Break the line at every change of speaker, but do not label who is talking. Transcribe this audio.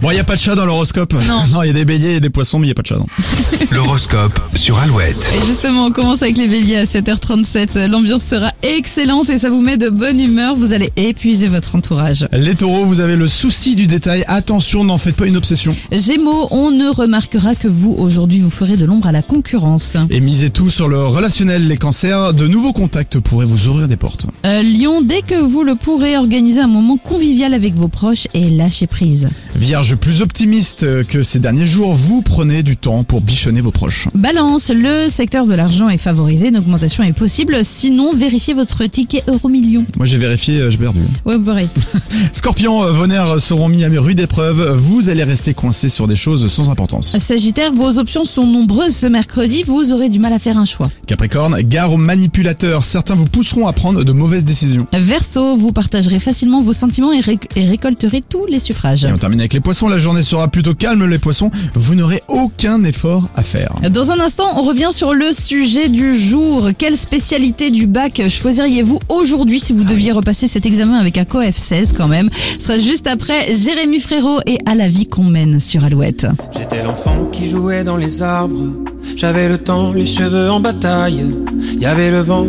Bon, il n'y a pas de chat dans l'horoscope.
Non.
il y a des béliers et des poissons, mais il n'y a pas de chat. non.
L'horoscope sur Alouette.
Et justement, on commence avec les béliers à 7h37. L'ambiance sera excellente et ça vous met de bonne humeur. Vous allez épuiser votre entourage.
Les taureaux, vous avez le souci du détail. Attention, n'en faites pas une obsession.
Gémeaux, on ne remarquera que vous aujourd'hui, vous ferez de l'ombre à la concurrence.
Et misez tout sur le relationnel, les cancers. De nouveaux contacts pourraient vous ouvrir des portes.
Euh, Lion, dès que vous le pourrez, organisez un moment convivial avec vos proches et lâchez prise.
Vierge, plus optimiste que ces derniers jours, vous prenez du temps pour bichonner vos proches.
Balance, le secteur de l'argent est favorisé, une augmentation est possible. Sinon, vérifiez votre ticket euro million.
Moi, j'ai vérifié, euh, j'ai perdu.
Ouais, pareil.
Scorpion, euh, vos nerfs seront mis à rude épreuve. Vous allez rester coincé sur des choses sans importance.
Sagittaire, vos options sont nombreuses ce mercredi, vous aurez du mal à faire un choix.
Capricorne, gare aux manipulateurs. Certains vous pousseront à prendre de mauvaises décisions.
Verseau, vous partagerez facilement vos sentiments et, réc- et récolterez tous les suffrages.
Et on termine avec les poissons. La journée sera plutôt calme, les poissons. Vous n'aurez aucun effort à faire.
Dans un instant, on revient sur le sujet du jour. Quelle spécialité du bac choisiriez-vous aujourd'hui si vous deviez repasser cet examen avec un COEF 16 quand même Ce sera juste après Jérémy Frérot et à la vie qu'on mène sur Alouette.
J'étais l'enfant qui jouait dans les arbres. J'avais le temps, les cheveux en bataille. Y avait le vent,